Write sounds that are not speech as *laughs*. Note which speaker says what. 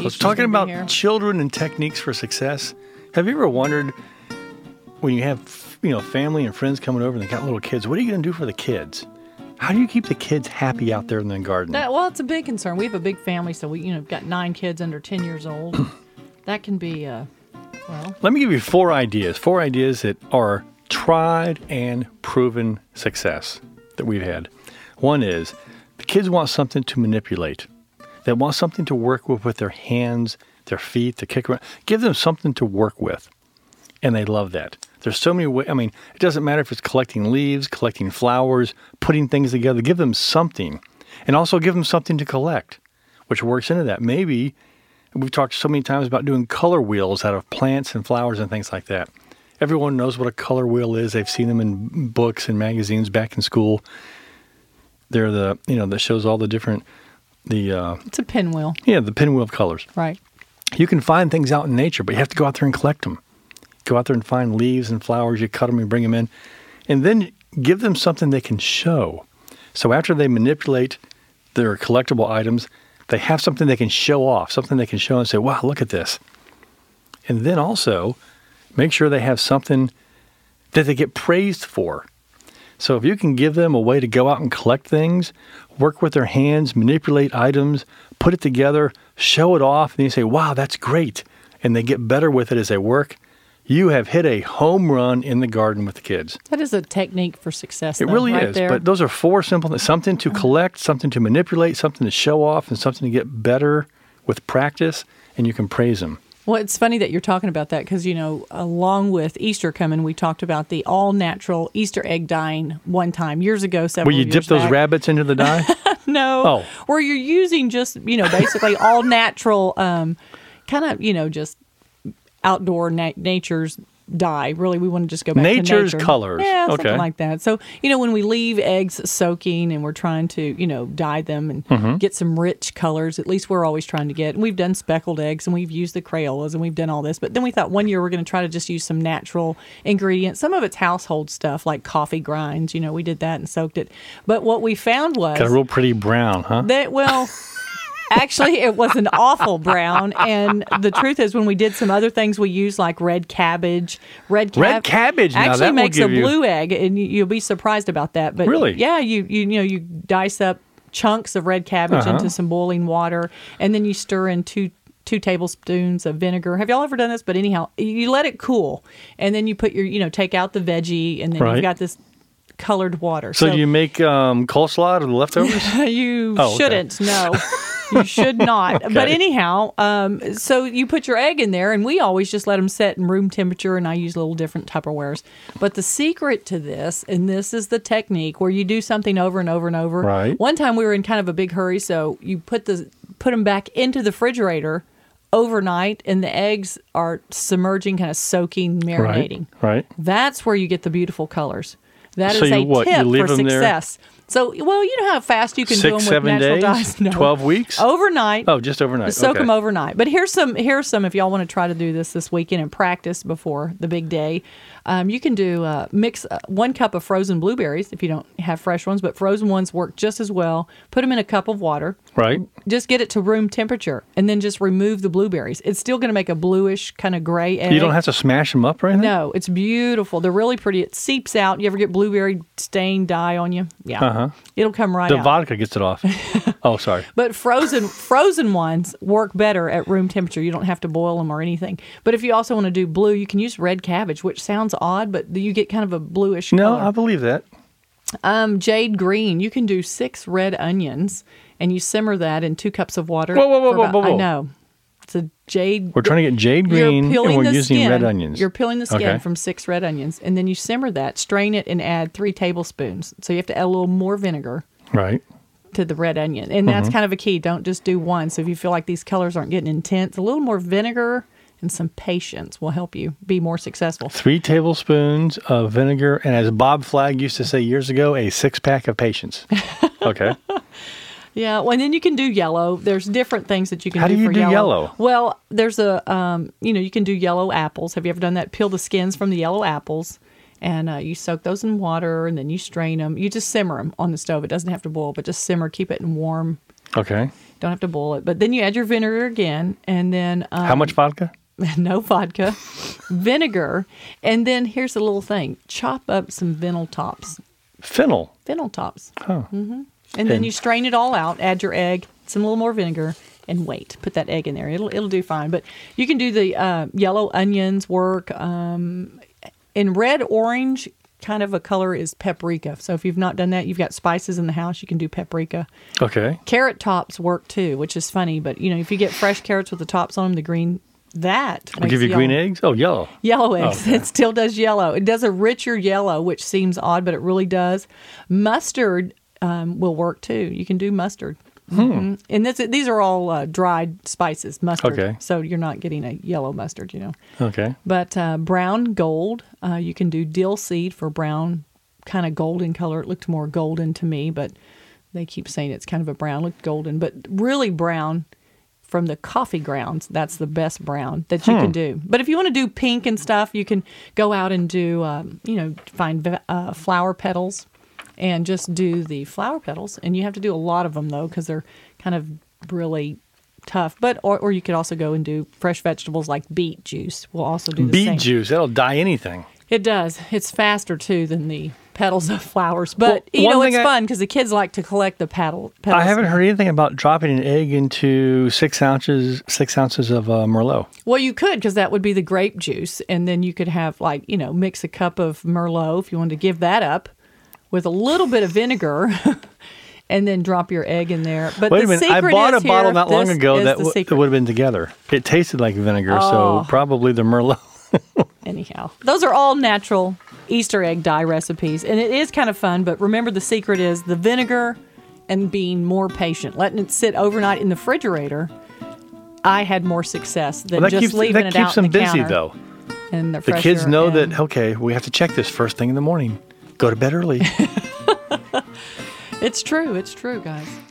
Speaker 1: He's
Speaker 2: Talking about
Speaker 1: here.
Speaker 2: children and techniques for success, have you ever wondered when you have you know family and friends coming over and they got little kids, what are you going to do for the kids? How do you keep the kids happy out there in the garden?
Speaker 1: That, well, it's a big concern. We have a big family, so we you know we've got nine kids under ten years
Speaker 2: *coughs*
Speaker 1: old. that can be uh, well.
Speaker 2: Let me give you four ideas. Four ideas that are tried and proven success that we've had. One is the kids want something to manipulate. They want something to work with with their hands, their feet, their kick around. Give them something to work with. And they love that. There's so many ways. I mean, it doesn't matter if it's collecting leaves, collecting flowers, putting things together. Give them something. And also give them something to collect, which works into that. Maybe We've talked so many times about doing color wheels out of plants and flowers and things like that. Everyone knows what a color wheel is. They've seen them in books and magazines back in school. They're the you know that shows all the different the uh,
Speaker 1: It's a pinwheel,
Speaker 2: yeah the pinwheel of colors.
Speaker 1: right?
Speaker 2: You can find things out in nature, but you have to go out there and collect them. Go out there and find leaves and flowers. You cut them and bring them in, and then give them something they can show. So after they manipulate their collectible items, they have something they can show off, something they can show and say, "Wow, look at this." And then also make sure they have something that they get praised for. So if you can give them a way to go out and collect things, work with their hands, manipulate items, put it together, show it off, and you say, wow, that's great. And they get better with it as they work. You have hit a home run in the garden with the kids.
Speaker 1: That is a technique for success.
Speaker 2: It
Speaker 1: though,
Speaker 2: really
Speaker 1: right
Speaker 2: is.
Speaker 1: There.
Speaker 2: But those are four simple things something to collect, something to manipulate, something to show off, and something to get better with practice, and you can praise them.
Speaker 1: Well, it's funny that you're talking about that because, you know, along with Easter coming, we talked about the all natural Easter egg dyeing one time years ago. Several
Speaker 2: Will you dip
Speaker 1: years
Speaker 2: those
Speaker 1: back.
Speaker 2: rabbits into the
Speaker 1: *laughs*
Speaker 2: dye?
Speaker 1: No.
Speaker 2: Oh.
Speaker 1: Where you're using just, you know, basically all natural, um, kind of, you know, just outdoor na- nature's dye. Really, we want to just go back
Speaker 2: Nature's
Speaker 1: to nature.
Speaker 2: colors.
Speaker 1: Yeah, something
Speaker 2: Okay.
Speaker 1: like that. So, you know, when we leave eggs soaking and we're trying to, you know, dye them and
Speaker 2: Mm-hmm.
Speaker 1: get some rich colors, at least we're always trying to get. And we've done speckled eggs and we've used the Crayolas and we've done all this. But then we thought one year we're going to try to just use some natural ingredients. Some of it's household stuff like coffee grinds. You know, we did that and soaked it. But what we found was
Speaker 2: Got a real pretty brown, huh?
Speaker 1: that well, actually, it was an awful brown. And the truth is, when we did some other things, we used like red cabbage. Red, cab-
Speaker 2: Red cabbage, now
Speaker 1: actually
Speaker 2: that will
Speaker 1: makes
Speaker 2: give
Speaker 1: a
Speaker 2: you-
Speaker 1: blue egg, and you- you'll be surprised about that. But
Speaker 2: Really?
Speaker 1: yeah, you you, you know you dice up chunks of red cabbage
Speaker 2: Uh-huh.
Speaker 1: into some boiling water, and then you stir in two. Two tablespoons of vinegar. Have y'all ever done this? But anyhow, you let it cool, and then you put your, you know, take out the veggie, and then
Speaker 2: Right.
Speaker 1: you've got this colored water.
Speaker 2: so, you make um, coleslaw out of the leftovers?
Speaker 1: *laughs* you
Speaker 2: Oh, okay.
Speaker 1: shouldn't. No, you
Speaker 2: *laughs*
Speaker 1: should not. But anyhow, um, so you put your egg in there, and we always just let them set in room temperature, and I use little different Tupperwares. But the secret to this, and this is the technique where you do something over and over and over.
Speaker 2: Right.
Speaker 1: One time we were in kind of a big hurry, so you put the put them back into the refrigerator overnight, and the eggs are submerging, kind of soaking, marinating.
Speaker 2: Right.
Speaker 1: That's where you get the beautiful colors. That is
Speaker 2: So you
Speaker 1: a
Speaker 2: what, you
Speaker 1: tip
Speaker 2: leave
Speaker 1: for
Speaker 2: 'em there?
Speaker 1: success. So, well, you know how fast you can do them
Speaker 2: Six,
Speaker 1: with
Speaker 2: seven
Speaker 1: natural
Speaker 2: days,
Speaker 1: dyes. *laughs* No.
Speaker 2: 12 weeks?
Speaker 1: overnight.
Speaker 2: Oh, just overnight.
Speaker 1: Soak
Speaker 2: okay.
Speaker 1: them overnight. But here's some. Here's some. If y'all want to try to do this this weekend and practice before the big day, um, you can do uh, mix uh, one cup of frozen blueberries if you don't have fresh ones, but frozen ones work just as well. Put them in a cup of water
Speaker 2: Right.
Speaker 1: just get it to room temperature and then just remove the blueberries. It's still going to make a bluish kind of gray egg.
Speaker 2: You don't have to smash them up or anything?
Speaker 1: No, it's beautiful. They're really pretty. It seeps out. You ever get blueberry stain dye on you? Yeah. Uh-huh. It'll come right
Speaker 2: The
Speaker 1: out.
Speaker 2: vodka gets it
Speaker 1: *laughs*
Speaker 2: off. oh, sorry. *laughs*
Speaker 1: but frozen frozen ones work better at room temperature. You don't have to boil them or anything. But if you also want to do blue, you can use red cabbage, which sounds odd, but you get kind of a bluish
Speaker 2: No,
Speaker 1: color.
Speaker 2: I believe that.
Speaker 1: Um, jade green. You can do six red onions, and you simmer that in two cups of water.
Speaker 2: Whoa, whoa, whoa,
Speaker 1: for
Speaker 2: whoa,
Speaker 1: about-
Speaker 2: whoa, whoa.
Speaker 1: I know. It's a jade.
Speaker 2: We're trying to get jade green
Speaker 1: You're
Speaker 2: and
Speaker 1: peeling
Speaker 2: we're
Speaker 1: the
Speaker 2: using
Speaker 1: skin.
Speaker 2: red onions.
Speaker 1: You're peeling the skin
Speaker 2: Okay.
Speaker 1: from six red onions, and then you simmer that, strain it, and add three tablespoons. So you have to add a little more vinegar
Speaker 2: Right.
Speaker 1: to the red onion,
Speaker 2: Mm-hmm.
Speaker 1: and that's kind of a key. Don't just do one. So if you feel like these colors aren't getting intense, a little more vinegar and some patience will help you be more successful.
Speaker 2: Three tablespoons of vinegar, and as Bob Flagg used to say years ago, a six pack of
Speaker 1: *laughs*
Speaker 2: patience. Okay.
Speaker 1: Yeah, well, and then you can do yellow. There's different things that you can
Speaker 2: How
Speaker 1: do
Speaker 2: do you
Speaker 1: for
Speaker 2: do
Speaker 1: yellow.
Speaker 2: yellow?
Speaker 1: Well, there's a um, you know, you can do yellow apples. Have you ever done that? Peel the skins from the yellow apples. And uh, you soak those in water, and then you strain them. You just simmer them on the stove. It doesn't have to boil, but just simmer. Keep it in warm
Speaker 2: Okay.
Speaker 1: Don't have to boil it. But then you add your vinegar again, and then um,
Speaker 2: How much vodka?
Speaker 1: *laughs* no vodka, vinegar, and then here's the little thing: chop up some fennel tops,
Speaker 2: Fennel.
Speaker 1: fennel tops, Mm-hmm.
Speaker 2: Huh.
Speaker 1: and then
Speaker 2: And-
Speaker 1: you strain it all out. Add your egg, some little more vinegar, and wait. Put that egg in there. It'll it'll do fine. But you can do the uh, yellow onions work. Um, in red, orange kind of a color is paprika. So if you've not done that, you've got spices in the house. You can do paprika.
Speaker 2: Okay.
Speaker 1: Carrot tops work too, which is funny. But you know, if you get fresh carrots with the tops on them, the green that
Speaker 2: We
Speaker 1: makes
Speaker 2: give you
Speaker 1: the
Speaker 2: green
Speaker 1: yellow-
Speaker 2: eggs? Oh, yellow.
Speaker 1: *laughs* Yellow eggs.
Speaker 2: Okay.
Speaker 1: It still does yellow. It does a richer yellow, which seems odd, but it really does. Mustard um, will work too. You can do mustard. hmm And this, these are all uh, dried spices, mustard.
Speaker 2: Okay.
Speaker 1: So you're not getting a yellow mustard, you know.
Speaker 2: Okay.
Speaker 1: But uh, brown gold, uh, you can do dill seed for brown, kind of golden color. It looked more golden to me, but they keep saying it's kind of a brown, looked golden, but really brown from the coffee grounds. That's the best brown that you can do. But if you want to do pink and stuff, you can go out and do, um, you know, find ve- uh, flower petals and just do the flower petals. And you have to do a lot of them though, because they're kind of really tough. But or, or you could also go and do fresh vegetables like beet juice. We'll also do the
Speaker 2: Beet
Speaker 1: same.
Speaker 2: juice. That'll dye anything.
Speaker 1: It does. It's faster too than the petals of flowers. But
Speaker 2: Well,
Speaker 1: you
Speaker 2: one
Speaker 1: know,
Speaker 2: thing
Speaker 1: it's
Speaker 2: I-
Speaker 1: fun because the kids like to collect the paddle petals.
Speaker 2: I haven't heard anything about dropping an egg into six ounces six ounces of uh, merlot.
Speaker 1: Well, you could because that would be the grape juice, and then you could have like you know mix a cup of merlot if you wanted to give that up with a little bit of vinegar. *laughs* And then drop your egg in there. But
Speaker 2: Wait
Speaker 1: the
Speaker 2: a minute! I
Speaker 1: secret
Speaker 2: bought a
Speaker 1: is
Speaker 2: bottle
Speaker 1: here,
Speaker 2: not long
Speaker 1: this
Speaker 2: ago
Speaker 1: is
Speaker 2: that
Speaker 1: the
Speaker 2: w-
Speaker 1: secret.
Speaker 2: would have been together. It tasted like vinegar, so
Speaker 1: Oh.
Speaker 2: probably the
Speaker 1: *laughs*
Speaker 2: merlot.
Speaker 1: Anyhow, those are all natural Easter egg dye recipes, and it is kind of fun. But remember, the secret is the vinegar and being more patient, letting it sit overnight in the refrigerator. I had more success than
Speaker 2: Well, that
Speaker 1: just
Speaker 2: keeps
Speaker 1: leaving
Speaker 2: that
Speaker 1: it
Speaker 2: keeps
Speaker 1: out
Speaker 2: them
Speaker 1: in the
Speaker 2: busy
Speaker 1: counter.
Speaker 2: though.
Speaker 1: And they're
Speaker 2: The kids
Speaker 1: fresher
Speaker 2: know
Speaker 1: and-
Speaker 2: that okay, we have to check this first thing in the morning. Go to bed early.
Speaker 1: it's true. It's true, guys.